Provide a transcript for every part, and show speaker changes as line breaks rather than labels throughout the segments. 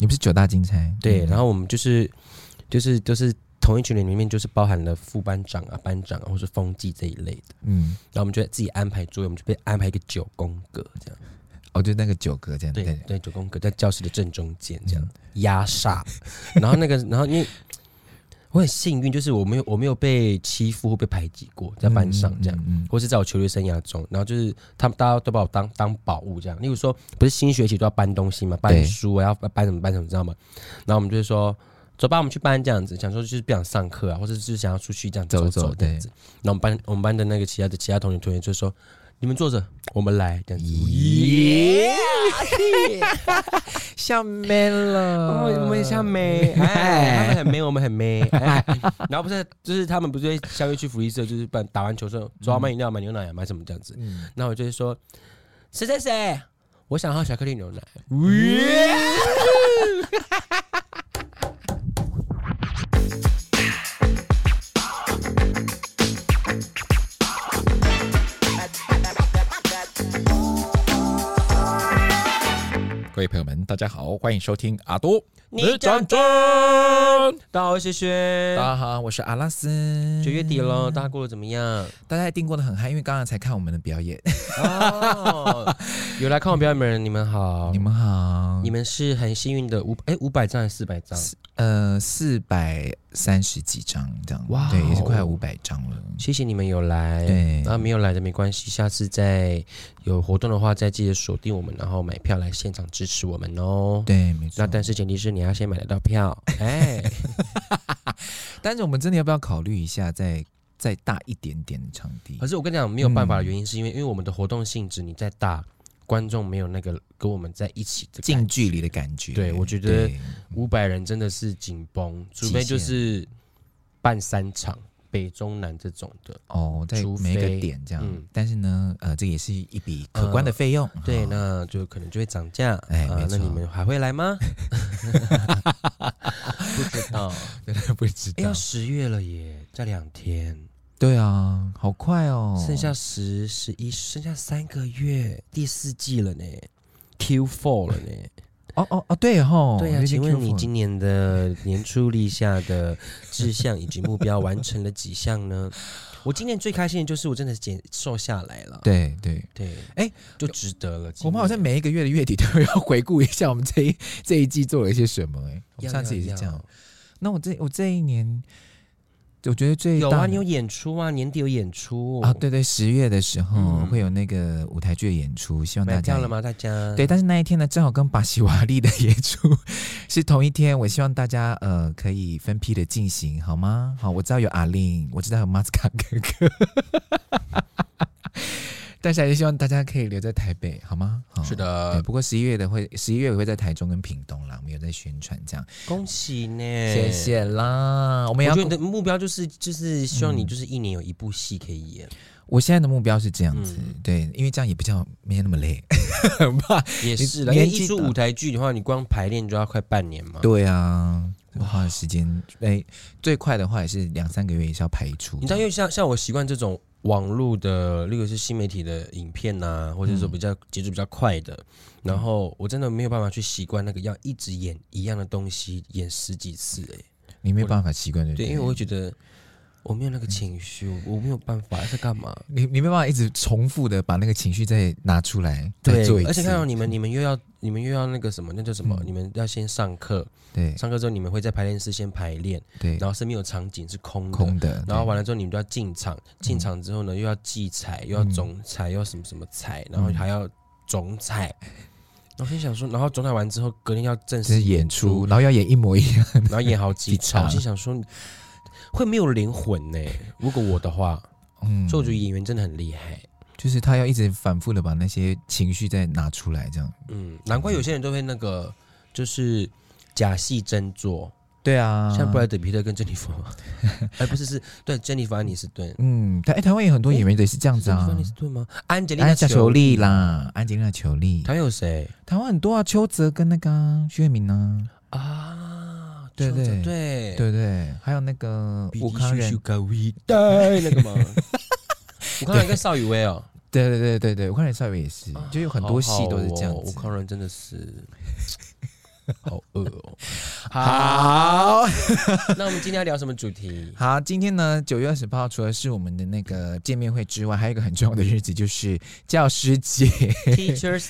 你不是九大金钗？
对，
嗯
然后我们就是就是就是同一群人里面，就是包含了副班长啊、班长啊，或是风纪这一类的。
嗯，
然后我们就自己安排座位，我们就被安排一个九宫格这样。
哦，就那个九格这样，
对
对，
对，九宫格在教室的正中间这样
嗯
压煞。 然后那个，然后因为我很幸运，就是我没有我没有被欺负或被排挤过，在班上这样。，
嗯嗯嗯
或是在我球队生涯中，然后就是他们大家都把我当当宝物这样。例如说，不是新学期都要搬东西嘛，搬
对
书啊，要搬什么搬什么，知道吗？然后我们就会说，走吧，我们去搬这样子，想说就是不想上课啊，或者就是想要出去这样
走
走
走
这样
对
子。然后我们班我们班的那个其他的其他同学同学就说，你们坐着，我们来这样子。
咦，像 man
哦，
了，
我们像美， 哎，他们很美，我们很美。哎，然后不是，就是他们不是会相约去福利社，就是把打完球之后，说要买饮料、买牛奶、啊买什么这样子。
嗯，
那我就会说，谁谁谁，我想喝巧克力牛奶。
各位朋友们，大家好，欢迎收听阿多，
你讲真，大家好，谢
大
谢。
家好，我是阿拉斯，
哎九月底了，大家过得怎么样？
大家一定过得很嗨，因为刚刚才看我们的表 演，
哦， 有来看我表演的人，你们好
你，们好，
你们是很幸运的五哎五百张还是四百张？
呃四百三十几张这样，
哇哦哎
对，也是快五百张了，
谢谢你们有来，
对
然后没有来的没关系，下次再有活动的话，再记得锁定我们，然后买票来现场支持我们哦。
对，没错
那。但是前提是你要先买得到 票，哎，
但是我们真的要不要考虑一下再再大一点点的场地
可？是我跟你讲，没有办法
嗯
的原因是因为，因为我们的活动性质，你再大，观众没有那个跟我们在一起的
近距离的感觉，
对我觉得
对
五百人真的是紧绷，除
极
非就
限
是办三场北中南这种的。
哦，在
除非
每一个点这样，
嗯呃
但是呢，呃，这也是一笔可观的费用。
对，
哦
那就可能就会涨价。
哎
啊
没
那你
错
们还会来 吗？不知道，
真的 不知
哎，要十月了耶，再两天，
对啊，好快哦，
剩下十、十一，剩下三个月，第四季了呢，Q four 了呢。
哦哦哦，对哦，
对呀、啊
有点
请问
Q4
你今年的年初立下的志向以及目标完成了几项 呢？我今年最开心的就是我真的减瘦下来了。
对对。
对，
哎
就值得了。今
我们好像
年
每一个月的月底都要回顾一下我们这一这一季做了一些什么哎、我们
要
上次也是
要
这样。那我这我这一年，我觉得最
有
大
啊，
的
你有演出啊，年底有演出
啊，，对对，十月的时候、
嗯
会有那个舞台剧的演出，希望大
买
家
票了吗？大家
对，，但是那一天呢，正好跟巴西瓦利的演出是同一天，我希望大家呃可以分批的进行，好吗？好，我知道有阿令，我知道有马斯卡哥哥， 但是还是希望大家可以留在台北，好吗？好
是
对
的，
不过十一月的会，十一月我会在台中跟屏东啦，我们有在宣传这样，
恭喜呢，
谢。谢啦。我
我
们也
觉
要
得你的目标就是就是希望你
嗯
就是一年有一部戏可以演，
我现在的目标是这样子，
嗯
对，因为这样也比较没有那么累，很怕。
也
你
是啦。因为
年纪
一出
大
舞台剧的话，你光排练就要快半年嘛。
对啊，花时间，哎，最快的话也是两三个月也是要排出。
你知道，因为像像我习惯这种网络的，例如是新媒体的影片呐、或
嗯
者说比较节奏比较快的，然后我真的没有办法去习惯那个要一直演一样的东西演十几次、欸，
你没有办法习惯，对不
对，
对？
因为我会觉得我没有那个情绪，我我没有办法在干嘛。
你你没有办法一直重复的把那个情绪再拿出来，再
对
做一，次。
而且看到你们，你们又要你们又要那个什么，那叫什么？
嗯
你们要先上课，
对
上课之后你们会在排练室先排练，
对
然后身边有场景是空的，
空的，
然
对
后
嗯
完了之后，你们就要进场，进场之后呢，又要祭彩，又要总彩，又要什么什么
嗯
彩，然后还要总彩。然后心想说，然后总彩完之后，隔天要正
这
式
是演出，，然后要演一模一样。
然后演好几
几场
场。我心想说，会没有灵魂呢、如果我的话，
嗯，
所以我觉得演员真的很厉害。
就是他要一直反复的把那些情绪再拿出来，这样。
嗯，难怪有些人都会那个，就是假戏真做，
对啊，
像布莱德皮特跟珍妮佛， 哎，不是是对珍妮弗安妮斯顿，
嗯，台哎台湾有很多演员也是这样子
珍妮
啊
弗安妮。斯顿吗？安吉丽
安
娜
吉
裘
裘
丽，
丽啦，安吉丽娜裘丽，
还有谁？
台湾很多啊，邱泽跟那个啊薛明啊，
啊，
对
这样子
对
对
对不对，还有那个武康人，
对那 个吗？武康人跟邵雨薇哦，
对对
哦
对对对，武康人少爷也是，就有很多戏都是这样
好好哦武
子。
康人真的是好饿 哦。好，
好
那我们今天要聊什么主 题？
好，今天呢，九月二十八号，除了是我们的那个见面会之外，还有一个很重要的日子，就是教师节。
Teacher's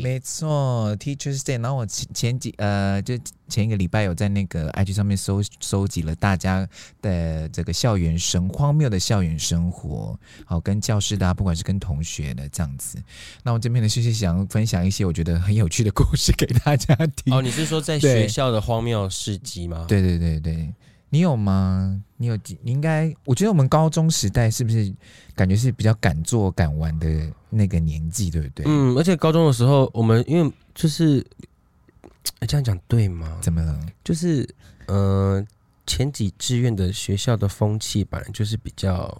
没错，Teacher's Day。然后我前前几呃，就前一个礼拜有在那 个 IG 上面搜搜集了大家的这个校园生荒谬的校园生活，好跟教师的、啊，不管是跟同学的这样子。那我这边呢，就是想分享一些我觉得很有趣的故事给大家听。
哦，你是说在
对
学校的荒谬事迹吗？，
对对对对，你有吗？你有几？你应该，我觉得我们高中时代是不是感觉是比较敢做敢玩的那个年纪，对不对？
嗯，而且高中的时候，我们因为就是哎这样讲对吗？
怎么了？
就是呃，前几志愿的学校的风气本来就是比较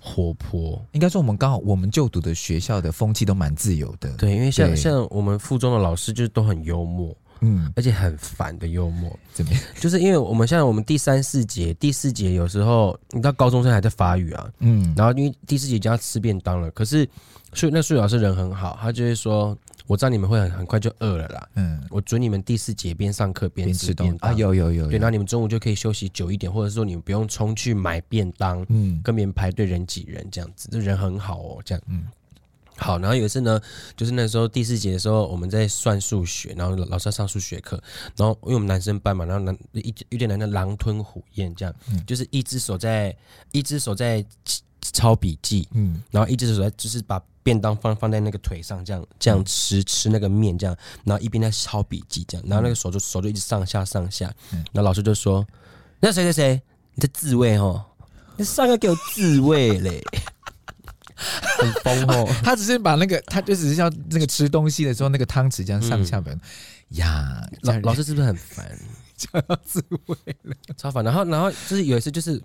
活泼，
应该说我们刚好我们就读的学校的风气都蛮自由的。，
对，因为像
对
像我们附中的老师就是都很幽默，
嗯，
而且很烦的幽默，
怎么样？
就是因为我们像我们第三四节，第四节有时候你知道高中生还在发育啊，
嗯，
然后因为第四节已经要吃便当了，可是数那数学老师人很好，他就会说，我知道你们会很很快就饿了啦，
嗯，
我准你们第四节边上课边
边
吃
吃东
便
西啊，
当，
有有有，
对，
有
那你们中午就可以休息久一点，或者说你们不用冲去买便当，
嗯
跟别人排队人挤人这样子，这人很好哦，这样。
嗯
嗯，好。然后有一次呢，就是那时候第四节的时候，我们在算数学，然后老老师要上数学课，然后因为我们男生班嘛，然后男一有点男的狼吞虎咽这样，
嗯
就是一只手在一只手在抄笔记，
嗯
然后一只手在就是把便当放放在那个腿上，这样这样吃、吃那个面，这样，然后一边在抄笔记，这样，然后那个手就手就一直上下上下，
嗯
然后老师就说：“那谁谁谁，你在自慰哦，你上课给我自慰嘞，很疯哦。
他只是把那个，他就只是要那个吃东西的时候，那个汤匙这样上下本，呀”，这
老
样
老师是不是很烦？
就要自慰，
超烦。然后然后就是有一次就是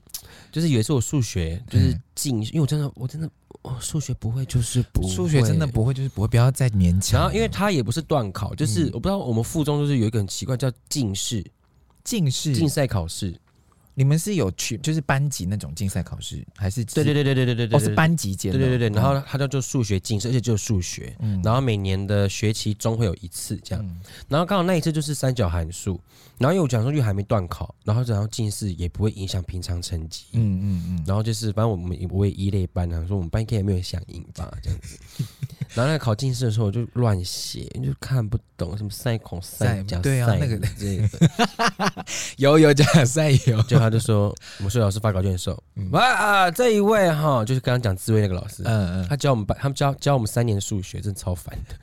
就是有一次我数学就是
嗯
进，因为我真的我真的我数学不会就是不会
数学真的不会就是不会，不要再勉强
然
了。
后，因为他也不是断考，就是、我不知道我们附中就是有一个很奇怪叫进士
近视，
竞赛考试，
你们是有去就是班级那种竞赛考试，还是
对对
对
对对对对对对，
哦是班级间
对
的，
对对对，然后他叫做数学竞赛，而且只有数学，
嗯
然后每年的学期中会有一次这样，
嗯
然后刚好那一次就是三角函数，然后因为我讲说又还没断考，然后然后近视也不会影响平常成绩，
嗯嗯嗯，
然后就是，反正我们我也一类班啊，说我们班应该也没有人想赢吧，这样子。 然后那个考近视的时候，我就乱写，就看不懂什么塞孔塞
塞
加
对啊
塞
那个
之类的。
有有假赛有，
就他就说，我们数学老师发考卷的时候，哇、啊，这一位哈，就是刚刚讲自卫那个老师，
嗯嗯
他教我们班，他们教教我们三年数学，真的超烦 的。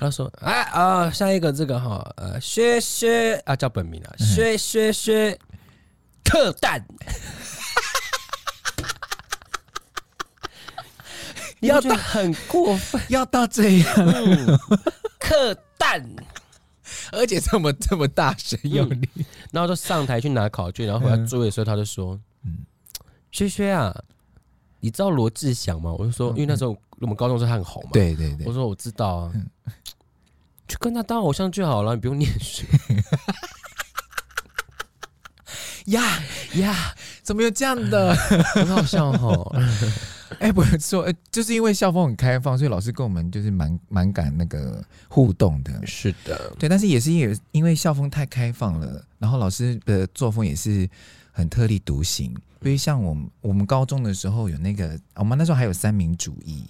他说，哎啊、下一个这个哈，呃，薛薛啊，叫本名啊，薛薛薛，特蛋。你要觉得很过 分，
要到这样，
克蛋，
而且这么这么大声有力，
然后就上台去拿考卷，然后回到座位的时候，他就说：“
嗯
嗯，薛薛啊，你知道罗志祥吗？”我就说，因为那时候我们高中时候他很红嘛，
嗯对嗯对对
我，说我知道啊，去跟他当偶像就好了，你不用念 书
呀呀，怎么有这样的？
很好笑
哦
哈。
哎、不是说，呃就是因为校风很开放，所以老师跟我们就是蛮蛮敢那个互动的。
是的，
对，但是也是因为因为校风太开放了，然后老师的作风也是很特立独行。所以像我们我们高中的时候有那个，我们那时候还有三民主义，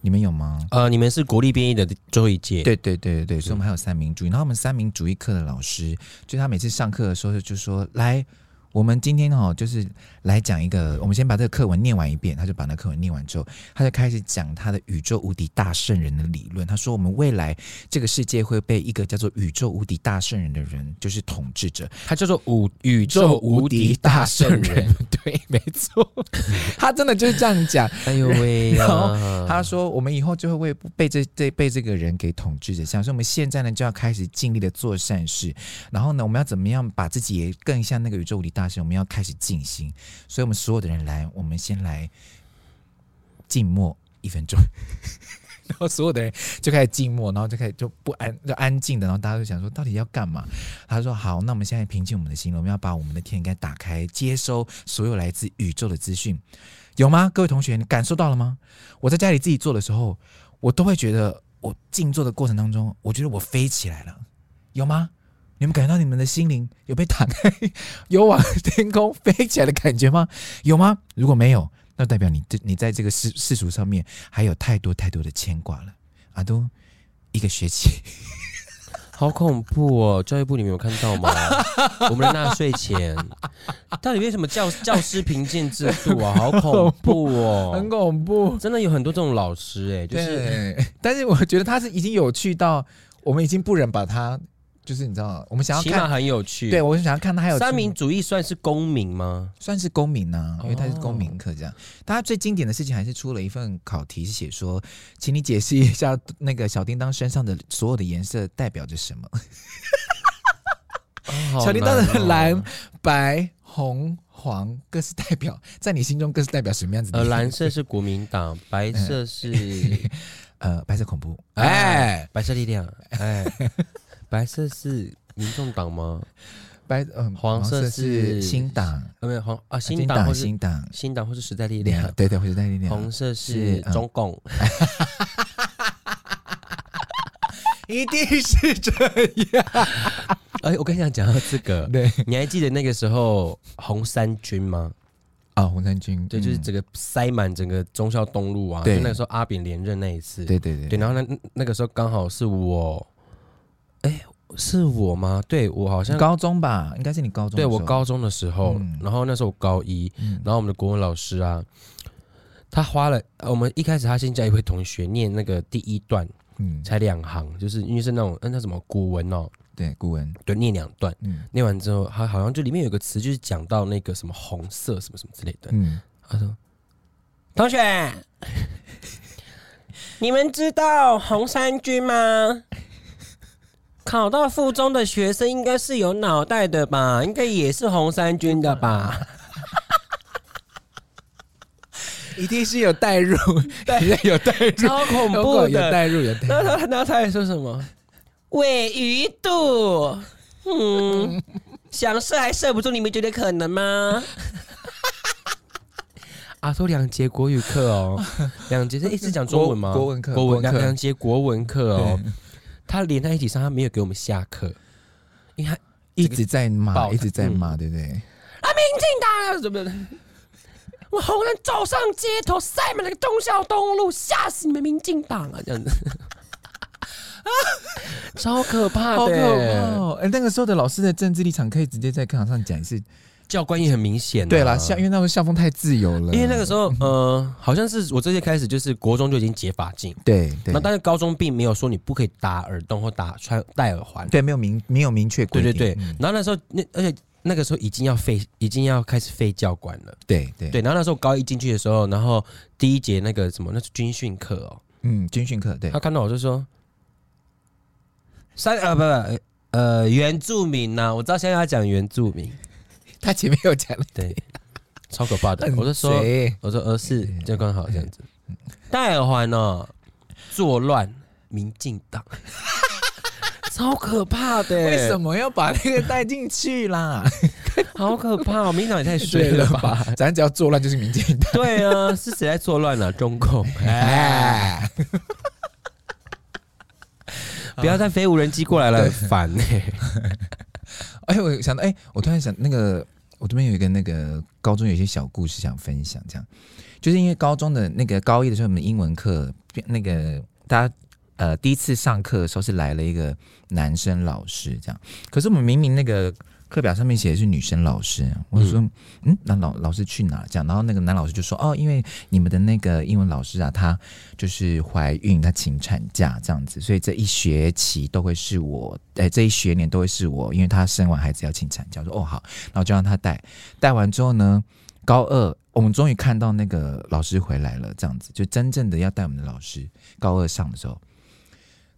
你们有吗？
呃，你们是国立编译的最后一届，，
对对对对对，所以我们还有三民主义。然后我们三民主义课的老师，就他每次上课的时候就说：“来，我们今天哈、哦，就是来讲一个，我们先把这个课文念完一遍。”他就把那课文念完之后，他就开始讲他的宇宙无敌大圣人的理论。他说：“我们未来这个世界会被一个叫做宇宙无敌大圣人的人，就是统治者。”
他叫做武宇宙无敌大圣人。，
对，没错， 他真的就是这样讲。
哎呦喂、
然
啊！
他说：“我们以后就会为被这这被这个人给统治着，想说我们现在呢就要开始尽力的做善事，然后呢我们要怎么样把自己也更像那个宇宙无敌大神，我们要开始静心。所以我们所有的人来，我们先来静默一分 钟，然后所有的人就开始静默，然后就开始就不安就安静的，然后大家就想说到底要干嘛？他说好，那我们现在平静我们的心了，我们要把我们的天该打开，接收所有来自宇宙的资讯。”有吗？各位同学，你感受到了吗？我在家里自己做的时候，我都会觉得我静坐的过程当中，我觉得我飞起来了，有吗？你们感觉到你们的心灵有被打开， 有往天空飞起来的感觉吗？有吗？如果没有，那代表你这你在这个世世俗上面还有太多太多的牵挂了。阿都一个学期，
好恐怖哦！教育部你们有看到吗？ 我们的纳税钱 到底为什么教教师评鉴制度啊？好恐怖 哦！
恐怖。
真的有很多这种老师哎、就是
对，但是我觉得他是已经有趣到我们已经不忍把他，就是你知道，我们想要
起码
看，
很有趣。
对，我想要看他还有
三民主义算是公民吗？
算是公民呐、
哦
因为他是公民课这样。他最经典的事情还是出了一份考题，是写说，请你解释一下那个小叮当身上的所有的颜色代表着什么？
哦好
小叮当的
难哦
蓝、白、红、黄各是代表，在你心中各是代表什么样子的？
呃，蓝色是国民党，白 色是
呃白色恐怖，哎、
哎白色力量，哎， 白色是民众党吗？
白嗯、
黄色
色
是
新党，
呃，没有黄啊，新
新
党或是
新党
新党或是时代力
两
量，
对对，或者代力量
红，色是
是嗯
中共，
一定是这样。
哎，我跟你讲，讲到这个，
对
你还记得那个时候红三军吗？
啊、红三军，
对，就是整个塞满整个忠孝东路啊。
对
就那个时候阿扁连任那一次。
嗯对对对
对，然后那那个时候刚好是我，哎，是我吗？对我好像
高中吧，应该是你高中的时
对
候，
我高中的时候
嗯，
然后那时候我高一，
嗯，
然后我们的国文老师啊，他花了呃我们一开始他先叫一位同学念那个第一段
嗯，
才两行，就是因为是那种嗯那什么古文哦，
对，古文，
对，念两段。
嗯
念完之后，他好像就里面有个词，就是讲到那个什么红色什么什么之类的。
嗯，
他说：“ 同学，你们知道红三军吗？考到附中的学生应该是有脑袋的吧？应该也是红三军的吧？
一定是有代入，有代入，
超恐
有
怖
有
的！
代入，有代入。
然啊后他，然后他还说什么？尾鱼肚，嗯，想射还射不中，你们觉得可能 吗？阿啊说两节国语课哦，两节一直讲中文吗？
国国文课
国文
国文
两
课
两节国文课哦，他连在一起上，他没有给我们下课，因为他
一直在骂，
爆嗯
一直在骂，对不对？
啊怎么的？我红人走上街头，塞满那个忠孝东路，吓死你们民进党啊！这样子， 超可怕
好
的
可
欸、
怕哦！哎，那个时候的老师的政治立场可以直接在课堂上讲一次。
教官也很明显、啊
对啦，嗯校因为那时候校风太自由了，
因为那个时候，呃，好像是我这些开始就是国中就已经解法禁，
对对
那但是高中并没有说你不可以打耳洞或打穿戴耳环，
对没有明没有明确规
对
定，
对对。
嗯
然后那时候那而且那个时候已经要废，已经要开始废教官了。
对对
对，然后那时候高一进去的时候，然后第一节那个什么，那是军训课哦，
嗯，军训课对
他看到我就说：“三呃不不呃原住民呐、我知道现在要讲原住民，
他前面有讲了，
对，超可 怕的。”我就说
谁：“
我说呃是，就刚好这样子。”戴耳环哦，作乱民进 党，超可怕的、
为什？么要把那个带进去啦？
好可怕、哦！民进党也太衰 了吧？
咱只要作乱就是民进党，
对啊，是谁在作乱啊？中共！ 哎，
哎，
不要再飞无人机过来了，很烦哎、
哎，我想到，哎，我突然想，那个我这边有一个那个高中有一些小故事想分享，这样，就是因为高中的那个高一的时候，我们英文课那个大家呃第一次上课的时候是来了一个男生老师这样，可是我们明明那个课表上面写的是女生老师，我就说嗯，那老老师去哪？这样，然后那个男老师就说哦，因为你们的那个英文老师啊，她就是怀孕，她请产假这样子，所以这一学期都会是我，哎，这一学年都会是我，因为她生完孩子要请产假。我说哦好，然后就让她带，带完之后呢，高二我们终于看到那个老师回来了，这样子就真正的要带我们的老师，高二上的时候，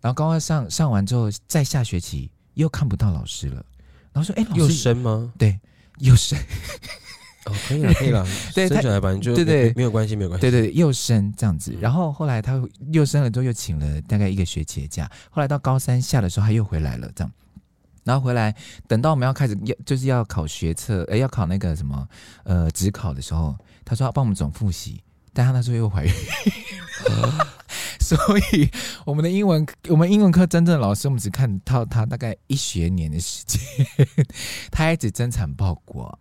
然后高二上上完之后，在下学期又看不到老师了，然后说哎，老
又
师
生吗？
对又生。
哦，可以了，可以 了，
对
生
他
小孩反正就
对对
没没有关系，没有关系。
对对，对又生这样子
嗯。
然后后来他又生了之后，又请了大概一个学期的假。后来到高三下的时候，他又回来了，这样。然后回来，等到我们要开始要就是要考学测，呃，要考那个什么呃职考的时候，他说要帮我们总复习，但他那时候又怀孕， 所以我们的英文，我们英文课真正的老师，我们只看到他大概一学年的时间， 他还只增产报国，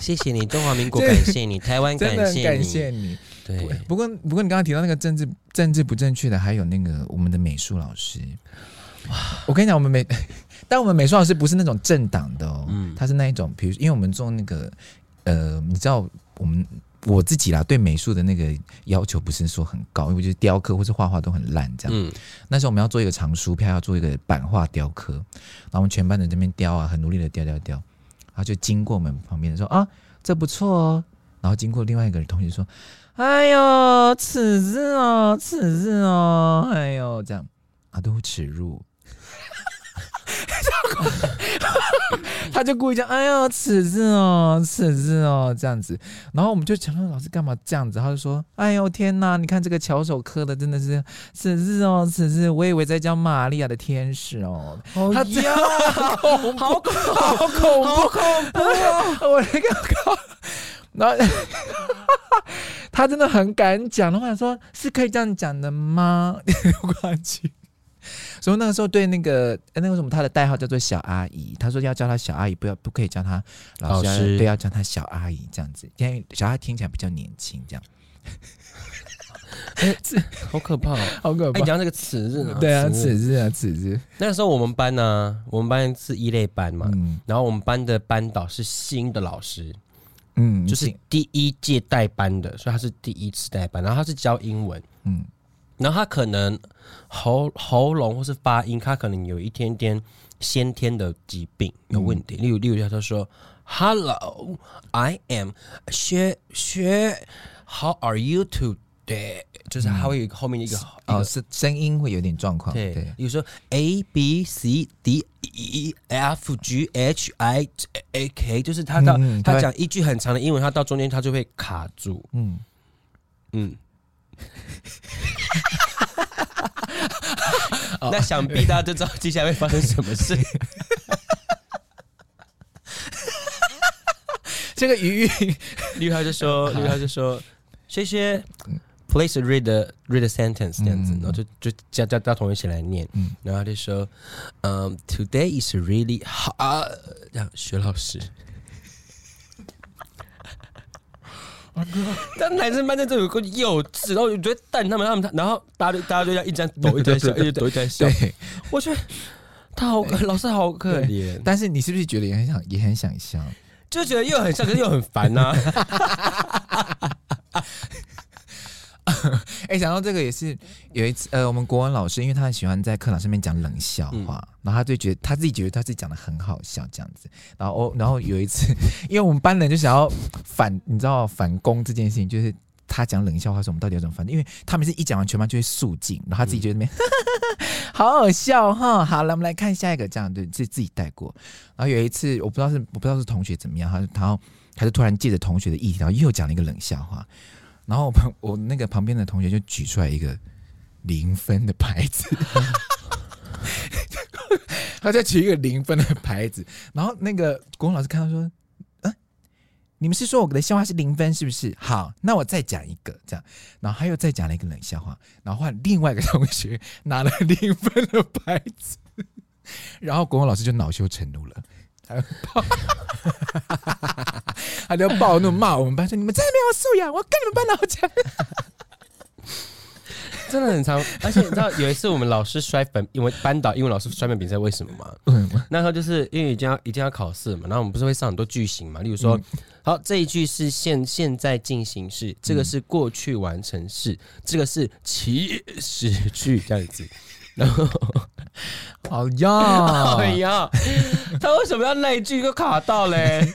谢谢你，中华民国感谢你，台湾
真的
感
很
谢你，
感谢你。
对，
不过，不过你刚刚提到那个政治政治不正确的，还有那个我们的美术老师。我跟你讲，我们美， 但我们美术老师不是那种政党的哦，
嗯
他是那一种，比如因为我们做那个，呃，你知道我们我自己啦，对美术的那个要求不是说很高，因为就是雕刻或是画画都很烂这样。
嗯，
那时候我们要做一个长书票，要做一个版画雕刻，然后我们全班的这边雕啊，很努力的雕雕雕，然后就经过我们旁边的说啊，这不错哦，然后经过另外一个同学说，哎呦，此字哦，此字哦，哎呦，这样啊都会耻辱。 他就故意讲，哎呦，此字哦，此字哦，这样子。然后我们就想说，老师干嘛这样子？他就说，哎呦天哪，你看这个巧手科的真的是此日哦，此日，我以为在讲玛利亚的天使哦，他
他
这
样好恐
好恐怖，
好恐怖哦，
我那个靠，然后他真的很敢讲，然后我想说，是可以这样讲的吗？有关系。所以那个时候对那个呃那个什么，他的代号叫做小阿姨。他说要叫她小阿姨，不要不可以叫她老师，
老师
对，要叫她小阿姨这样子，因为小阿姨听起来比较年轻，这样
好可怕哦！
好可
哎，你讲这个此日呢？
对啊，
此
此日
日
啊，此日，
那时候我们班呢，我们班是一类班嘛，
嗯
然后我们班的班导是新的老师，
嗯，
就是第一届带班的，所以他是第一次带班，然后他是教英文，
嗯
然后他可能喉喉咙或是发音，他可能有一点点先天的疾病有问题，例如例如他说，Hello, I am 薛薛，How are you today？就是他会有一个后面一个、
哦，是声音会有点状况，
对，
对，
比如说 A B C D E F G H I A K，就是他到、
嗯
他
对
讲一句很长的英文，他到中间他就会卡住。
嗯。
嗯， 那想必大家就知道接下来会发生什么事。
这个鱼
绿浩就 说，
啊
绿浩就说，谢谢。Please read the read the sentence 这样子，
嗯
然后就就叫叫大同学起来念，
嗯
然后他就说，嗯、t o d a y is really hard，这样徐老师，
啊
但男生班在这有个幼稚，然后我觉得瞪他们，他们然后大家就大家就这样一直在抖，一直在笑，一直抖，一直在笑，
对，
我觉得他好可，老师好可怜，
但是你是不是觉得也很想也很想笑？
就觉得又很像，可是又很烦啊呐、
哎、想到这个也是有一次，呃，我们国文老师，因为他很喜欢在课堂上面讲冷笑话，然后他就觉得他自己觉得他自己讲的很好笑这样子，然后哦，然后有一次， 因为我们班人就想要反，你知道反攻这件事情，就是他讲冷笑话的时候，我们到底要怎么反？因为他们是一讲完全班就会肃静，然后他自己就在那边、 好好笑哈。好了，我们来看下一个，这样对，自自己带过。然后有一次，我不知道是我不知道是同学怎么样，他就然后他就突然借着同学的议题，然后又讲了一个冷笑话。然后我旁我 那个旁边的同学就举出来一个零分的牌子， 他在举一个零分的牌子。然后那个国文老师看到说：“嗯、你们是说我的笑话是零分是不是？好，那我再讲一个这样。”然后他又再讲了一个冷笑话，然后换另外一个同学拿了零分的牌子，然后国文老师就恼羞成怒了。他就暴他就暴怒骂我们班说：“你们真的没有素养！我跟你们班老讲。
真的很长， 而且你知道有一次我们老师摔粉，因为班导英文老师摔粉笔，你知道为什么吗？那时候就是因为已经要一定要考试嘛，然后我们不是会上很多句型嘛，例如说，好这一句是现现在进行式，这个是过去完成式，这个是起始句这样子。然后，
好 呀，
哎呀，他为什么要那一句就卡到嘞？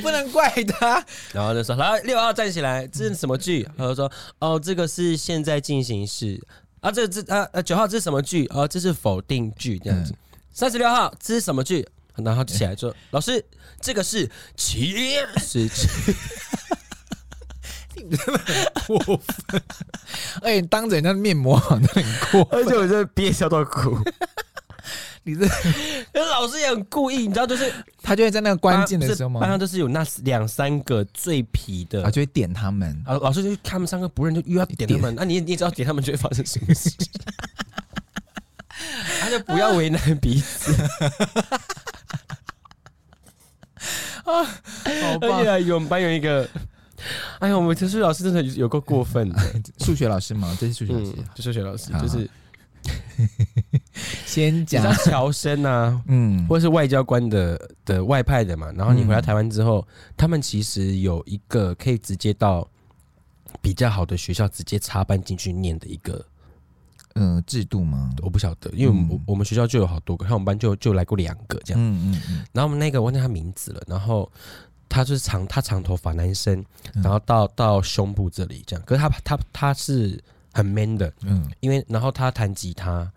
不能怪他。
然后就说来六号站起来，这是什么剧？然后说哦，这个是现在进行式啊，这这啊呃九号这是什么剧？哦，这是否定句这样子。
嗯
三十六号这是什么剧？然后就起 来说老师，这个是起始句。
而且哎当着人家的面膜，好像很过。
而且我真的憋笑到哭。
你这
可是老师也很故意，你知道，就是
他就会在那个关键的时候
班
吗
班？上就是有那两三个最皮的
啊，，就会点他们。
啊，老师就他们上课不认就又要点他 们，那、啊你也你也知道点他们就会发生什么事，他就不要为难彼此，
好
而且还有我们班有一个， 哎呀，我们数学老师真的有够过 分的，
数学老师吗？这是数学老
嗯
师。，
就数学老师
好
就是
先
你知
讲
道，乔生 啊，
嗯，
或者是外交官的的外派的嘛，然后你回到
嗯
台湾之后，他们其实有一个可以直接到比较好的学校直接插班进去念的一个
嗯，制度吗？
我不晓得，因为我们、
嗯
我们学校就有好多个，像我们班就就来过两个这样。
嗯嗯嗯，
然后我们那个忘记他名字了，然后他就是长他长头发男生，
嗯
然后到到胸部这里这样。可是他他他是很 man 的，
嗯，
因为然后他弹吉他，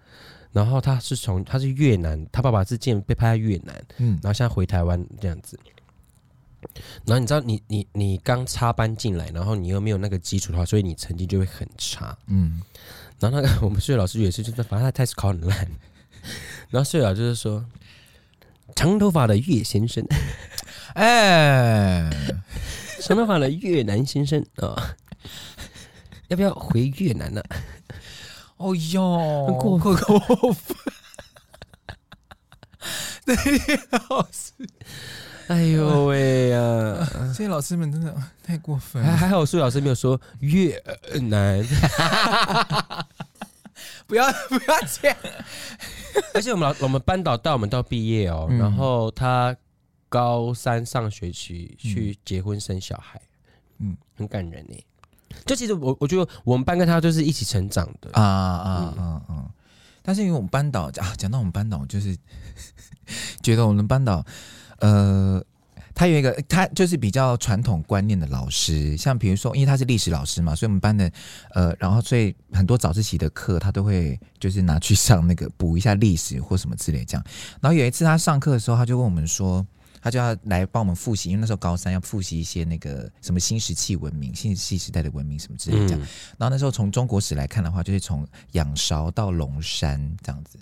然后他是从他是越南，他爸爸是见被派在越南，
嗯
然后现在回台湾这样子。然后你知道你你你刚插班进来，然后你又没有那个基础的话，所以你成绩就会很差。
嗯
然后那个我们数学老师也是，就是反正他开始考很烂。然后数学老师就是说，长头发的岳先生，
哎，
长头发的越南先生啊、 要不要回越南啊呢、
哦哟，
很过
分，过分。这些老师，
哎 呦喂呀、
这些老师们真的太过分
还
了，
还好数学老师没有说越南，
不要 不要这样。
而且我们老我们班导带我们到毕业哦，
嗯
然后他高三上学期去结婚生小孩，嗯
嗯，
很感人呢。就其实我我觉得我们班跟他就是一起成长的，
啊啊啊啊！但是因为我们班导啊，讲到我们班导，我就是 觉得我们班导，呃，他有一个他就是比较传统观念的老师，像比如说，因为他是历史老师嘛，所以我们班的呃，然后所以很多早自习的课他都会就是拿去上那个补一下历史或什么之类这样。然后有一次他上课的时候，他就问我们说。他就要来帮我们复习，因为那时候高三要复习一些那个什么新石器文明、新石器时代的文明什么之类这样。
嗯，
然后那时候从中国史来看的话，就是从仰韶到龙山这样子。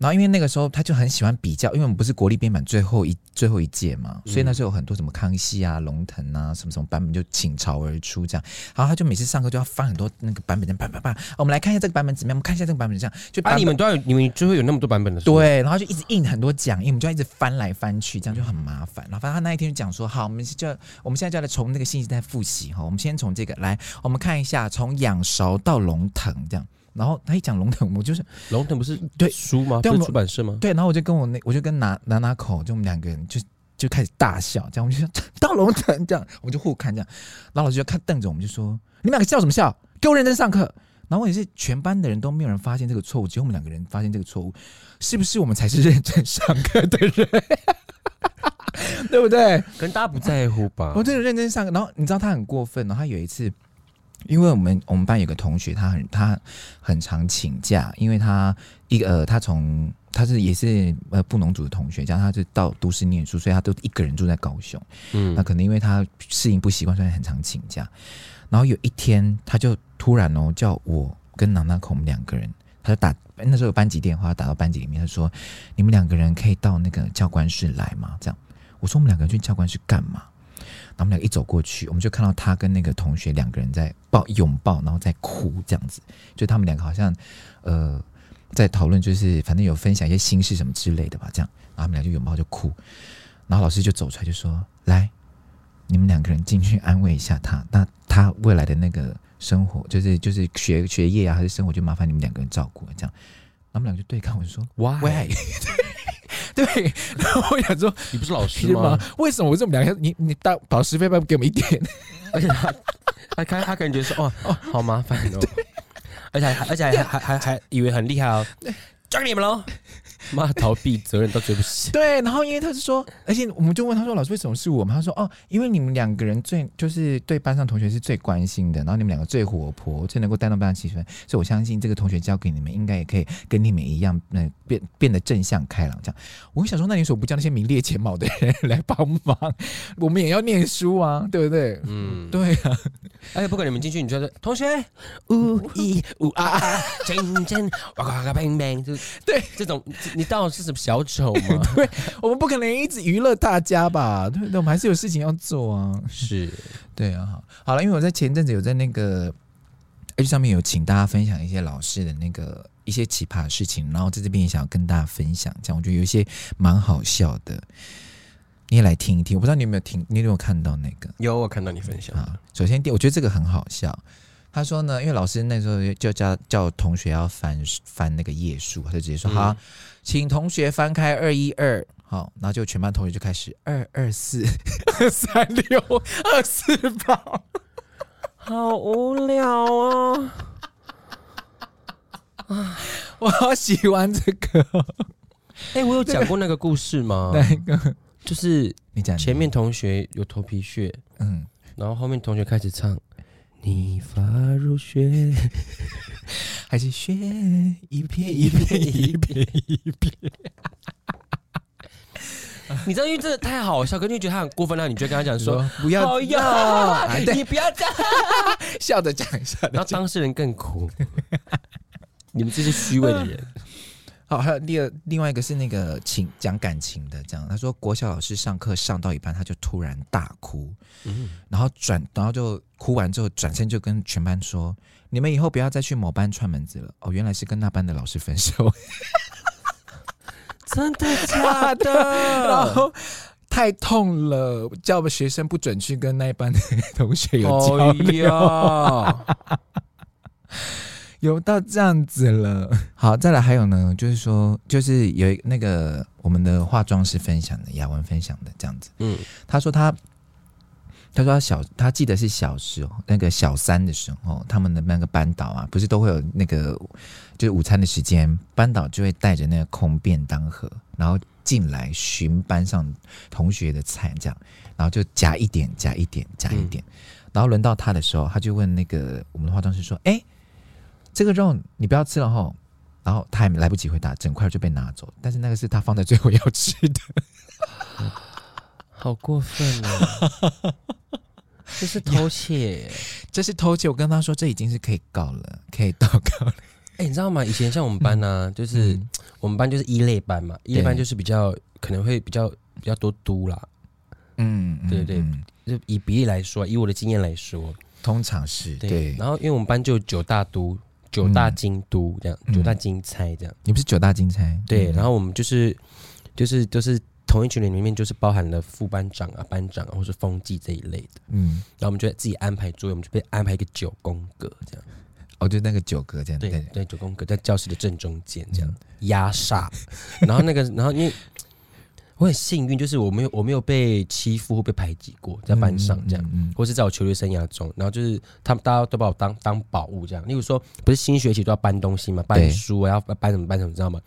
然后因为那个时候他就很喜欢比较，因为我们不是国立编版最后一最后一届嘛，所以那时候有很多什么康熙啊、龙腾啊什么什么版本就倾巢而出这样。然后他就每次上课就要翻很多那个版本，这样叭叭叭，哦我们来看一下这个版本怎么样，我们看一下这个版本这样，就版
啊，
本
你们都要有你们就会有那么多版本的，是吗，
对，然后就一直印很多讲义，我们就要一直翻来翻去，这样就很麻烦。然后反正他那一天就讲说，好，我们就我们现在就要来从那个信息在复习哈，我们先从这个来，我们看一下从仰韶到龙腾这样。然后他一讲龙腾，我就是
龙腾不是
对
书吗？
对我
不是
们
出版社吗？
对，然后我就跟我那我就跟拿拿拿口，就我们两个人就就开始大笑，这样我们就说 到龙腾这样，我们就互看这样，然后老师就看瞪着我们就说，你们两个笑什么笑？给我认真上课。然后也是全班的人都没有人发现这个错误，只有我们两个人发现这个错误，是不是我们才是认真上课的人？ 对不对？
可能大家不在乎吧
我。真的认真上课，然后你知道他很过分哦，他有一次，因为我们我们班有个同学，他很他很常请假，因为他一个呃，他从他是也是呃布农族的同学，加上他是到都市念书，所以他都一个人住在高雄。
嗯
那可能因为他适应不习惯，所以很常请假。然后有一天，他就突然哦叫我跟娜娜口我们两个人，他就打那时候有班级电话，打到班级里面，他说：“你们两个人可以到那个教官室来吗？”这样，我说：“我们两个人去教官室干嘛？”然后我们两个一走过去，我们就看到他跟那个同学两个人在抱拥抱，然后在哭这样子，就他们两个好像呃在讨论，就是反正有分享一些心事什么之类的吧，这样，然后他们俩就拥抱就哭，然后老师就走出来就说：“来，你们两个人进去安慰一下他，那他未来的那个生活，就是就是学学业啊，还是生活，就麻烦你们两个人照顾啊这样。”他们俩就对看我说
哇
喂， 对，然后我想说，
你不是老
是吗？？为什么我这么两个？你你大保时费不给我们一点？
而且他 他看他感觉说哦哦好麻烦哦，而且还而且还还还还以为很厉害哦，交给你们喽。 妈逃避责任到最不行，
对，然后因为他是说，而且我们就问他说，老师为什么是我们？他说哦，因为你们两个人最就是对班上同学是最关心的，然后你们两个最活泼，最能够带动班上气氛，所以呃我相信这个同学交给你们，应该也可以跟你们一样，嗯、变变得正向开朗。这样，我想说，那你为什么不叫那些名列前茅的人来帮忙？我们也要念书啊，对不对？
嗯，
对啊，
而且不管你们进去，你就要说同学，啊五一五啊啊，真真哇哇哇 bang bang，就是
对
这种你当我是什么小丑 吗？
对，我们不可能一直娱乐大家吧？对不对？我们还是有事情要做啊。
是，
对啊，好，好了，因为我在前阵子有在那个 H 上面有请大家分享一些老师的那个一些奇葩的事情，然后在这边也想要跟大家分享，这样我觉得有一些蛮好笑的，你也来听一听。我不知道你有没有听，你有没有看到那个？
有我看到你分享
啊，首先第，我觉得这个很好笑。他说呢，因为老师那时候就叫叫同学要翻翻那个页数，他就直接说：“
嗯
好，请同学翻开二一二。”好，然后就全班同学就开始二二四、 二三六、二四八。
好无聊哦。
我好喜欢这个哦，
哎、我有讲过那个故事吗？
那个
就是
你讲
前面同学有头皮屑，
嗯，
然后后面同学开始唱。你发如雪，
还是雪一片一片一片一片，
你知道，因为这个太好笑，可是你觉得他很过分，那你就跟他讲说
说不要
好呀
啊对，
你不要这样，
笑着讲笑着
然后
讲。
当事人更苦。你们这些虚伪的人，
好，还有第二另外一个是那个情讲感情的，这样他说国小老师上课上到一半，他就突然大哭，
嗯，
然后转然后就哭完之后转身就跟全班说：“你们以后不要再去某班串门子了。”哦，原来是跟那班的老师分手。
真的 假的
然？后太痛了，叫学生不准去跟那一班的同学有交流，
哦哟，
有到这样子了。好，再来还有呢，就是说，就是有一那个我们的化妆师分享的，雅文分享的这样子，
嗯，
他说他。他说他小，他记得是小时候那个小三的时候，他们的那个班导啊，不是都会有那个就是午餐的时间，班导就会带着那个空便当盒，然后进来寻班上同学的菜，这样，然后就夹一点，夹一点，夹一点，然后轮到他的时候，他就问那个我们的化妆师说：“哎、这个肉你不要吃了吼。”然后他还来不及回答，整块就被拿走。但是那个是他放在最后要吃的，
好过分哦！这是偷窃耶。
这是偷窃。我跟他说，这已经是可以告了，可以告告了。
哎、你知道吗？以前像我们班呢、 就是、
嗯
我们班就是一类班嘛，一类班就是比较可能会比较比较多嘟啦，
嗯，嗯
对对
嗯
就以比例来说，以我的经验来说，
通常是对。
然后因为我们班就有九大都、九大京都这样，
嗯
九大金钗这样。
你不是九大金钗？
对，然
后
后我们就是就是都、是同一群人里面，就是包含了副班长啊、班长啊，或是风纪这一类的。
嗯，
然后我们就自己安排座位，我们就被安排一个九宫格这样。
哦，就那个九格这样。
对
对，嗯
对，九宫格在教室的正中间这样压煞， 然后那个，然 后因为我很幸运，就是我没有我没有被欺负或被排挤过，在班上这样，
嗯，嗯嗯
或是在我球队生涯中，然后就是他们大家都把我当当宝物这样。例如说，不是新学期都要搬东西嘛，搬
对
书啊，要搬什么搬什么，你知道吗？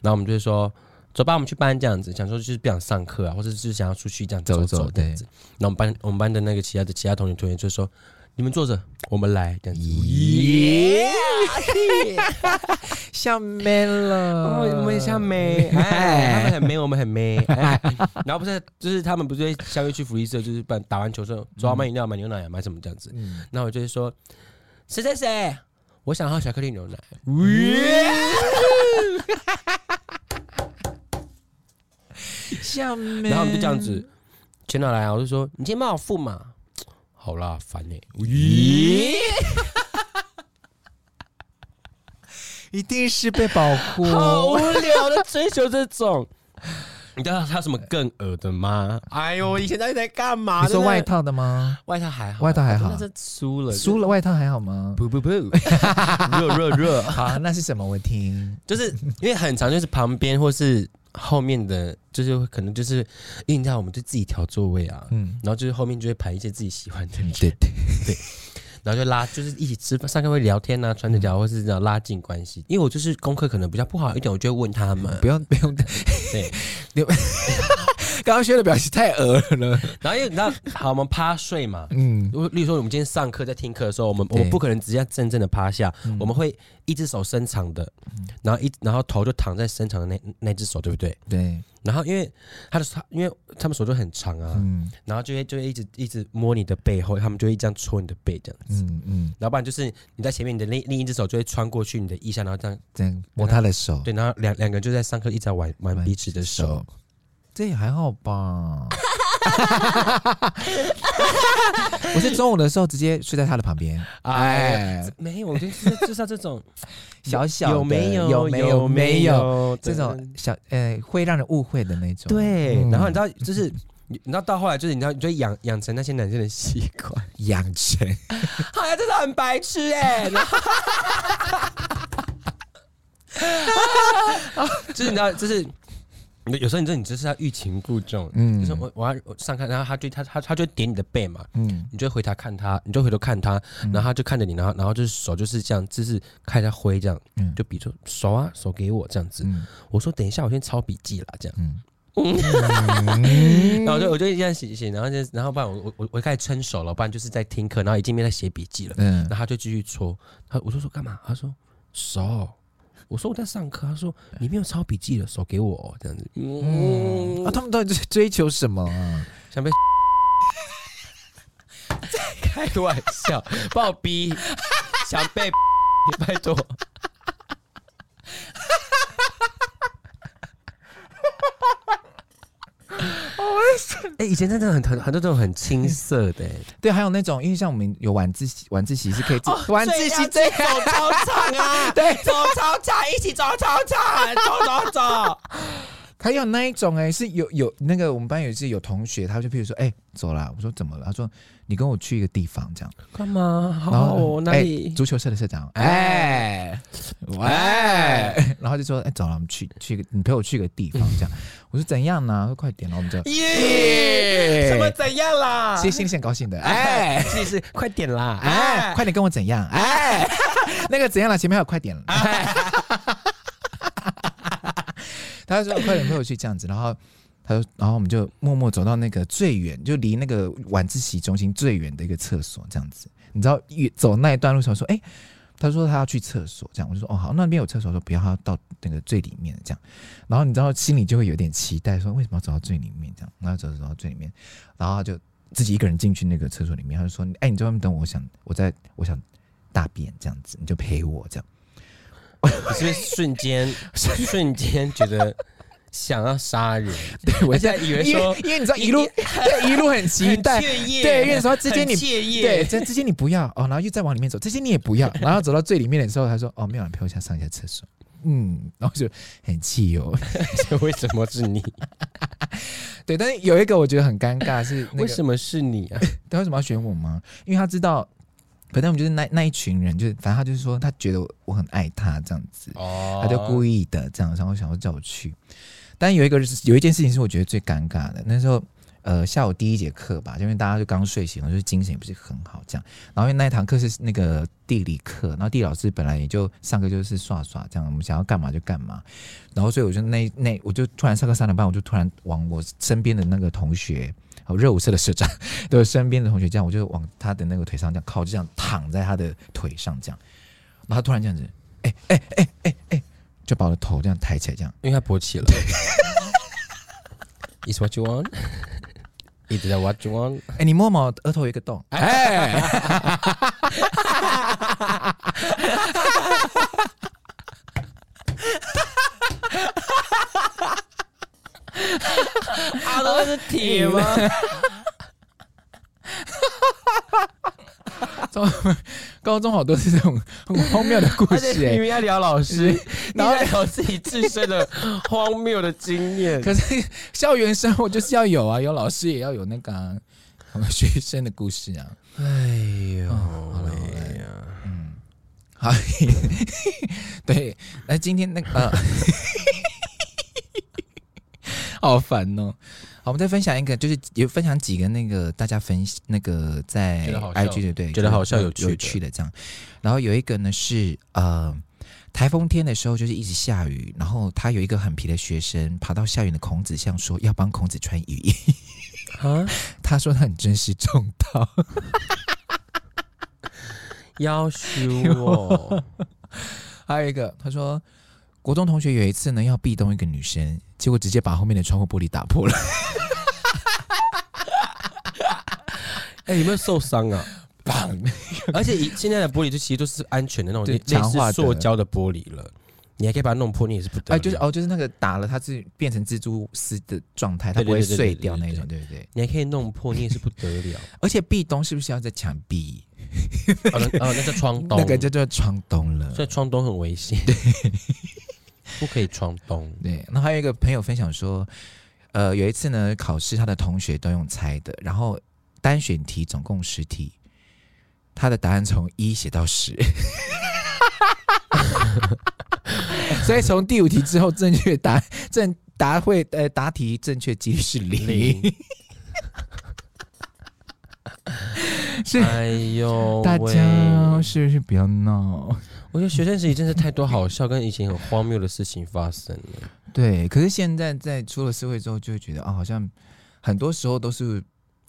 然后我们就会说。走吧，我们去搬这样子，想说就是不想上课啊，或者就是想要出去这样
走
走
走
走这样子。然后我们班我们班的那个其他的其他同学同学就说：“你们坐着，我们来这样子。”
耶，像 man 了，
哦，我们像美， 哎，他们很美，我们很美。哎然后不是，就是他们不是会相约去福利社，就是办打完球之后，说要买饮料、买牛奶、啊买什么这样子。
嗯
那我就会说，谁谁谁，我想喝巧克力牛奶。
像 man，
然后我们就这样子，钱拿来啊，我就说，你今天帮我付嘛。好啦，烦欸呢、
咦，一定是被保护。
好无聊的追求这种。你知道他有什么更恶的吗？哎呦，我以前到底在干嘛？
你说
真的
外套的吗？
外套还好，啊
外套还好
真的是输了，
输了外套还好吗？
不不不， 热热热，
好，那是什么？我听。
就是因为很长，就是旁边或是后面的，就是会可能就是因为你知道，我们就自己调座位啊，
嗯，
然后就是后面就会排一些自己喜欢的人，
对对，
然后就拉，就是一起吃饭，上课会聊天啊，穿着聊，或是这样拉近关系。因为我就是
嗯
功课可能比较不好一点，我就会问他们，
不用不用。
对，
你刚刚轩的表情太恶了呢。
然后因为你知道，好，我们趴睡嘛，
嗯，
如果例如说我们今天上课在听课的时候，我们我
对嗯
们不可能直接正正的趴下，我们会一只手伸长的，然后一然后头就躺在伸长的那那只手，对不对？
对，
然后因为他的手因为他们手就很长啊，
嗯
然后就会就会一直一直摸你的背后，他们就会这样戳你的背这样子。
嗯嗯，
然后不然就是你在前面，你的另另一只手就会穿过去你的腋下，然后这样
这样摸他的手，
对，然后两两个人就在上课一直在玩玩彼此的手，，
这也还好 吧。我是中午的时候直接睡在他的旁边，
哎，
哎，
没有，我觉得就是就是要这种
小小的
有没有
有没有没有
有
这种小呃会让人误会的那种，
对，
嗯
然后你知道就是。你你知道到后来就是你知道你就养养成那些男生的习惯，
养成。
好像真的很白痴哎、然后 就是你知道，就是有有时候你知道你就是要欲擒故纵，
嗯
就是我我要我上课，然后他就他他他就点你的背嘛，
嗯，
你就回头看他，你就回头看他，然后他就看着你，然后然后就是手就是这样，就是开他挥这样，
嗯
就比出手啊手给我这样子。
嗯
我说等一下，我先抄笔记啦，这样。
嗯，
然后我就我就这样写写，然后就然后不然我我我我开始撑手了，不然就是在听课，然后已经没在写笔记了。
嗯
然后他就继续戳，他我就说干嘛？他说手。我说我在上课，他说你没有抄笔记了，手给我哦这样子。嗯
嗯，啊，他们到底在追求什么啊？
想被 开玩笑，暴逼，想被 拜托。哎、以前真的很很很多这种很青涩的、
对，还有那种，因为像我们有晚自习，晚自习是可以自、晚哦自习最
走 操场啊，
对，
走操场，一起走操场，走走走。
还有那一种哎、是有有那个我们班有一次有同学，他就譬如说，哎、走啦，我说怎么了？他说你跟我去一个地方这样，
干嘛？好
然
好
后
哦，那
哎
里、
足球社的社长，哎、喂，然后就说，哎、走了，我们去去一个，你陪我去一个地方这样。我说怎样呢？说快点，然后我们就
耶，什么怎样啦？
其实心里是很高兴的，哎、
哎，是是，快点啦！
哎，
哎，
快点跟我怎样？哎，那个怎样了？前面还有快点了。他就说快点陪我去这样子，然后他说，然哦后我们就默默走到那个最远，就离那个晚自习中心最远的一个厕所这样子。你知道，越走那一段路上说，哎、他说他要去厕所，这样我就说哦好，那边有厕所，我说不要，他要到那个最里面这样。然后你知道心里就会有点期待，说为什么要走到最里面这样？然后走走到最里面，然后他就自己一个人进去那个厕所里面，他就说：“哎、你在外面等我，我想我在我想大便这样子，你就陪我这样。
我是不是瞬间瞬间觉得想要杀人？ 对
我
我现在以”为
因
说
为因为你知道一路对一路很期待
很，惬意
对，因为说哎之前你
很惬意
对这之前你不要哦，然后又再往里面走，这些你也不要，然后走到 最里面的时候，他说：“哦，没有人陪我下上一下厕所。”嗯，然后就很气哦。
为什么是你？
对，但是有一个我觉得很尴尬是、那个，
为什么是你啊？
他为什么要选我吗？因为他知道，反正我们就是那那一群人，就是反正他就是说他觉得我我很爱他这样子，
哦
他就故
意
意的这样，然后想要叫我去。但有一个有一件事情是我觉得最尴尬的，那时候呃下午第一节课吧，因为大家就刚睡醒，就是精神也不是很好这样。然后因为那一堂课是那个地理课，然后地理老师本来也就上课就是耍耍这样，我们想要干嘛就干嘛。然后所以我就那那我就突然上课三点半，我就突然往我身边的那个同学。哦，热舞社的社长， 对我身边的同学这样，我就往他的那个腿上这样靠，就这样躺在他的腿上这样，然后他突然这样子，哎哎哎哎哎哎，就把我的头这样抬起来，这样，
因为他勃起了。Is what you want？一直在 what you want？
哎、你摸摸我额头有一个洞，
哎，阿都是铁吗？
高中好多是这种 很荒谬的故
而 且
事、
明
哎，
明要聊老师，
然
然
后
后聊自己自身的荒谬的经
哎
验。
可是校园生活就是要有啊，有老师也要有那个、啊、我们学生的故事啊。
哎呦
喂
呀！
好， 对，那今天那个、呃 好烦哦。好，我们再分享一个，就是也分享几个那个大家分析那个在
觉得好笑
IG 的对，
觉得好笑有
有
趣的
趣的这样。然后有一个呢是呃，台风天的时候就是一直下雨，然后他有一个很皮的学生爬到校园的孔子像说要帮孔子穿雨衣，
啊，
他说他很真实中到，
要求我，
还有一个他说。国中同学有一次呢，要壁咚一个女生，结果直接把后面的窗户玻璃打破了。
哎、有没有受伤啊？
棒！
而且以现在的玻璃就其实都是安全的那种，
对
类
强化
似
的
塑胶的玻璃了，你还可以把它弄破，你也是不得 了。
哎，就是哦，就是那个打了，它是变成蜘蛛丝的状态，它
对
不会
对对对
碎
对对
掉那
对
种，对不对？
你还可以弄破，你也是不得 了。
而且壁咚是不是要在墙壁？
哦，那哦那 叫窗咚，
那个叫做窗咚了。
所以窗咚很危险，不可以窗咚。
对，那还有一个朋友分享说，呃，有一次呢，考试他的同学都用猜的，然后单选题总共十题，他的答案从一写到十， 所以从第五题之后，正确答正答会呃答题正确几率是零，
零
是
哎呦，
大家，是不是不要闹？
我觉得学生时期真是太多好笑跟以前很荒谬的事情发生了。
对，可是现在在出了社会之后，就会觉得啊、好像很多时候都是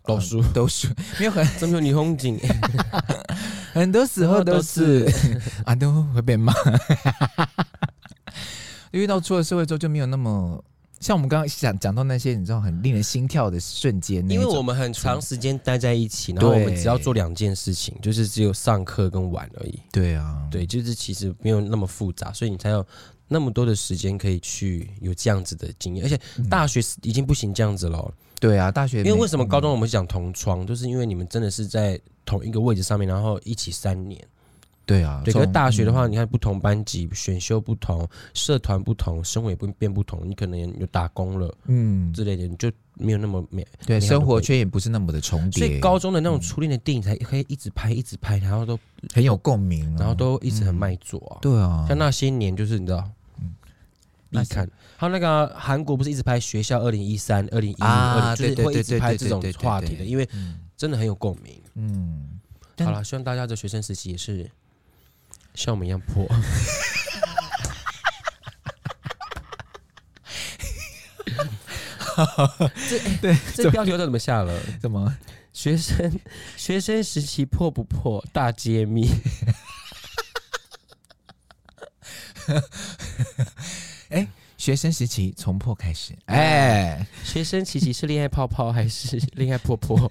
老
呃
鼠
都是没有很
这么有霓虹景，
很多时 候都是啊，都会被骂。 遇到出了社会之后就没有那么像我们刚刚讲讲到那些你知道很令人心跳的瞬间那一
因为
种，
我们很长时间待在一起，然后我
对
们只要做两件事情，就是只有上课跟玩而已。
对啊，
对，就是其实没有那么复杂，所以你才有那么多的时间可以去有这样子的经验。而且
嗯
大学已经不行这样子了，哦
对啊，大学
因为
没
为什么高中我们讲同窗，就是因为你们真的是在同一个位置上面，然后一起三年。
对啊，
对，可是
从
大学的话，
嗯
你看不同班级、选修不同、社团不同，生活也不变不同，你可能有打工了
嗯，
之类的，你就没有那么美。
对
你很
生活
会
圈也不是那么的重
所
叠，
以高中的那
嗯
种初恋的电影才可以一直拍、一直拍，然后都
很有共鸣、啊，
然后都一直很卖座啊。
对啊，
像那些年，就是你知道，
嗯那
必
些
看。还有那个啊韩国不是一直拍《学校二零一三》《二零一零》
啊
20，就
对
是
对
会一
对
直
对
拍
对
这
对
种
对对
话题的，
对
因为
嗯
真的很有共鸣。
嗯。但
好了，希望大家的学生时期也是像我们一样破。 这 哎
对
这标题我怎么下了？
怎么？
学生学生时期破不破大揭秘？
学生时期从破开始，哎、
学生时期是恋爱泡泡还是恋爱婆 婆？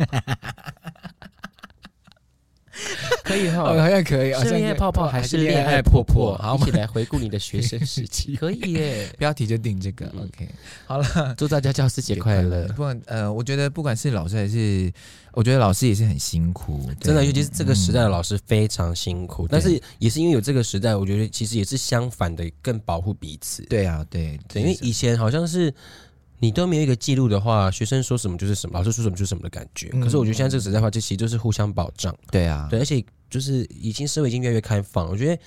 可以哈、
哦好像可以，好
是
像
恋爱
可以
泡泡
哦
还是恋爱婆婆？好，
好，
我
我
们
们
一起来回顾你的学生时期。可以 耶，
标题就定这个、
嗯
o k 好了，
祝大家教师节快乐！
不管呃，我觉得不管是老师还是，我觉得老师也是很辛苦，对嗯
真的，尤其是这个时代的老师非常辛苦，但是也是因为有这个时代，我觉得其实也是相反的，更保护彼此。
对啊，对，
对，因为
这是
以前好像是你都没有一个记录的话，学生说什么就是什么，老师说什么就是什么的感觉。
嗯
可是我觉得现在这个时代的话，就其实就是互相保障。
对啊，
对，而且就是已经社会已经越来越开放，我觉得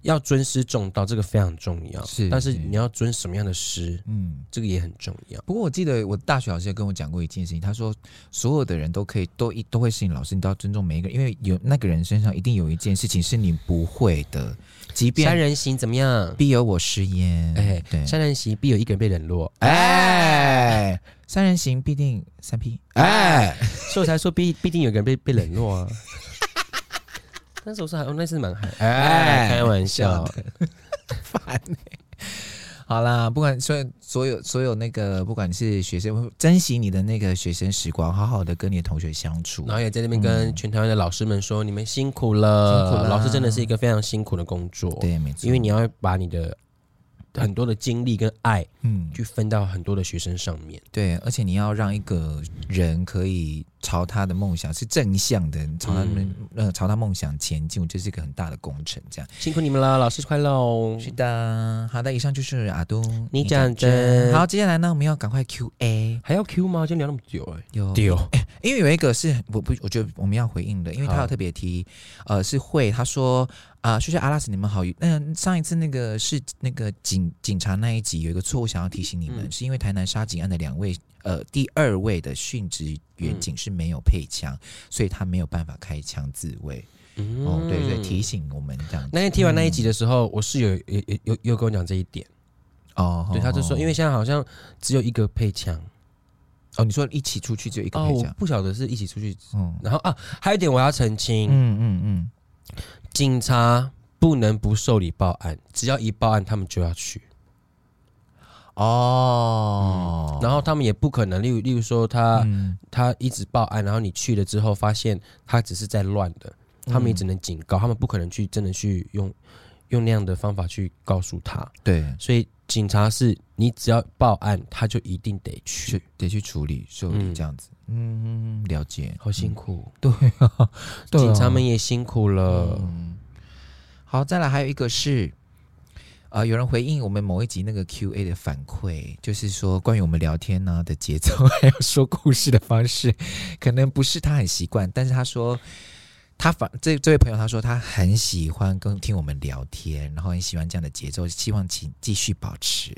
要尊师重道，这个非常重要。
是
但是
是
你要尊什么样的师，
嗯。
这个也很重要。
不过我记得我大学老师也跟我讲过一件事情，他说所有的人都可以都一都会是你老师，你都要尊重每一个人，因为有那个人身上一定有一件事情是你不会的，即
三
便
人行怎么样？
必有我师焉。
哎
哎，对，
三人行必有一个人被冷落。
哎，三人行必定三 P。哎，
所以我才说必必定有个人被被冷落啊。那时候是还，哦那是蛮嗨，
哎
哎，开玩笑，
好啦，不管所有所有所有那个，不管是学生，珍惜你的那个学生时光，好好的跟你的同学相处
然。后也在那边跟全台湾的老师们说，你们辛苦了，
嗯辛苦了
老师真的是一个非常辛苦的工作，
对，没错，
因为你要把你的很多的精力跟爱
嗯，
去分到很多的学生上面，
对，而且你要让一个人可以朝他的梦想是正向的，朝他们、
嗯
呃朝他梦想前进，我觉得是一个很大的工程。这样
辛苦你们了，老师快乐哦。
是的，好的，以上就是阿东
你讲真
好，接下来呢，我们要赶快 Q A
还要 Q 吗？今天聊那么久哎、
有
丢
因为有一个是我不，我觉得我们要回应的，因为他
好
有特别提，呃，是会他说啊，谢、谢阿拉斯，你们好。嗯、上一次那个是那个警警察那一集有一个错误，想要提醒你们，
嗯
是因为台南杀警案的两位呃第二
嗯
位的殉职员警是没有配枪，所以他没有办法开枪自卫。
嗯
哦，对，所以提醒我们这样子。
那天听完那一集的时候，我室友也也又又跟我讲这一点，
哦，
对，他就说，因
为
为现在好像只有一个配枪，
哦，你说一起出去就一个
哦，
配
我
角，
不晓得是一起出去，
嗯
然后啊，还有一点我要澄清，
嗯嗯嗯，
警察不能不受理报案，只要一报案，他们就要去。
哦，
然后他们也不可能，例如例如说他、
嗯
他一直报案，然后你去了之后发现他只是在乱的，
嗯
他们也只能警告，他们不可能去真的去用用那样的方法去告诉他。
对，
所以警察是你只要报案，他就一定得去
去。得去处理受理
嗯
这样子，嗯，了解，
好辛苦，
嗯对啊
警察们也辛苦了。
嗯，好，再来还有一个是，呃，有人回应我们某一集那个 Q&A 的反馈，就是说关于我们聊天呢、的节奏， 还有说故事的方式，可能不是他很习惯，但是他说。他反这这位朋友他说他很喜欢跟听我们聊天，然后很喜欢这样的节奏，希望请继续保持。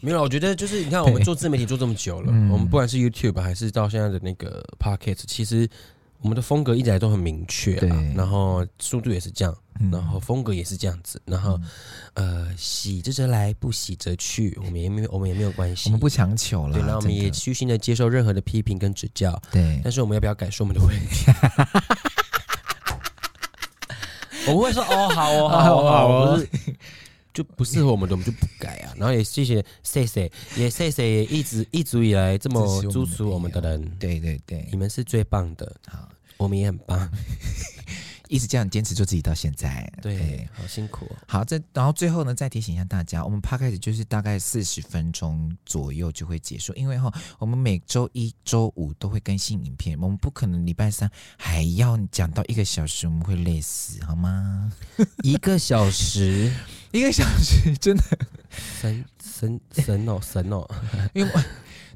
没有啦，我觉得就是你看，我们
对
做自媒体做这么久了，
嗯
我们不管是 YouTube 还是到现在的那个 Pocket，其实我们的风格一直以来都很明确
对
啊，然后速度也是这样，
嗯
然后风格也是这样子，然后、呃喜着则来，不喜则去，我们也没有我们也没有关系，
我们不强求了，
对，然后我
啊
们
真的
也虚心的接受任何的批评跟指教，
对
但是我们要不要改是我们的问题？ 我们会说哦，好哦，好哦，好
好哦
哦，不是就不适合我们的，我们就不改啊。然后也谢谢谢谢，也谢谢也一直一直以来这么
支持我们的
哦支持我们的人，
对对对
你，们是最棒的，
啊好，
我们也很棒，
一直这样坚持做自己到现在，
对，好辛苦哦。
好，这然后最后呢，再提醒一下大家，我们 p 开始就是大概四十分钟左右就会结束，因为哈，我们每周一周五都会更新影片，我们不可能礼拜三还要讲到一个小时，我们会累死，好吗？
一个小时，
一个小时真的，
神神神哦神哦，
因为我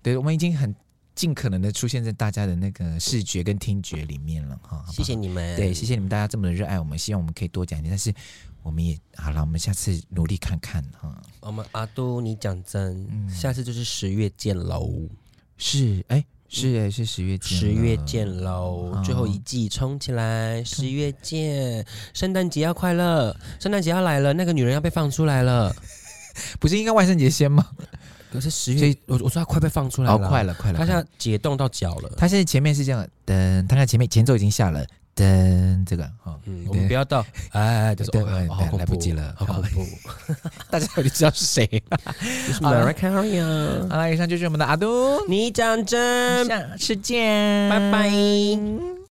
对我们已经很尽可能的出现在大家的那个视觉跟听觉里面了哈。好不好
谢谢你们，
对，谢谢你们大家这么的热爱我们，希望我们可以多讲一点，但是我们也好了，我们下次努力看看哈。
我们阿都，你讲真，下次就是十月见喽。
是，哎，是哎，是十月见了，
十月见喽，
嗯
最后一季冲起来！十月见，圣诞节要快乐，圣诞节要来了，那个女人要被放出来了。
不是应该万圣节先吗？
可是十
所
月
以，
我我说她快被放出来
哦，
了，
快
了，
了，快了。
她现在解冻到脚了。
他现在前面是这样，噔，他看前面前奏已经下了，噔，这个哦，
嗯，我们不要到，哎，就是
对
哦
对
好恐怖
来不及了
好恐怖。
大家到底知道是谁？
就是
好了
Mariah Carey 啊
好了，以上就是我们的阿东，
你讲真，
下次见，
拜拜。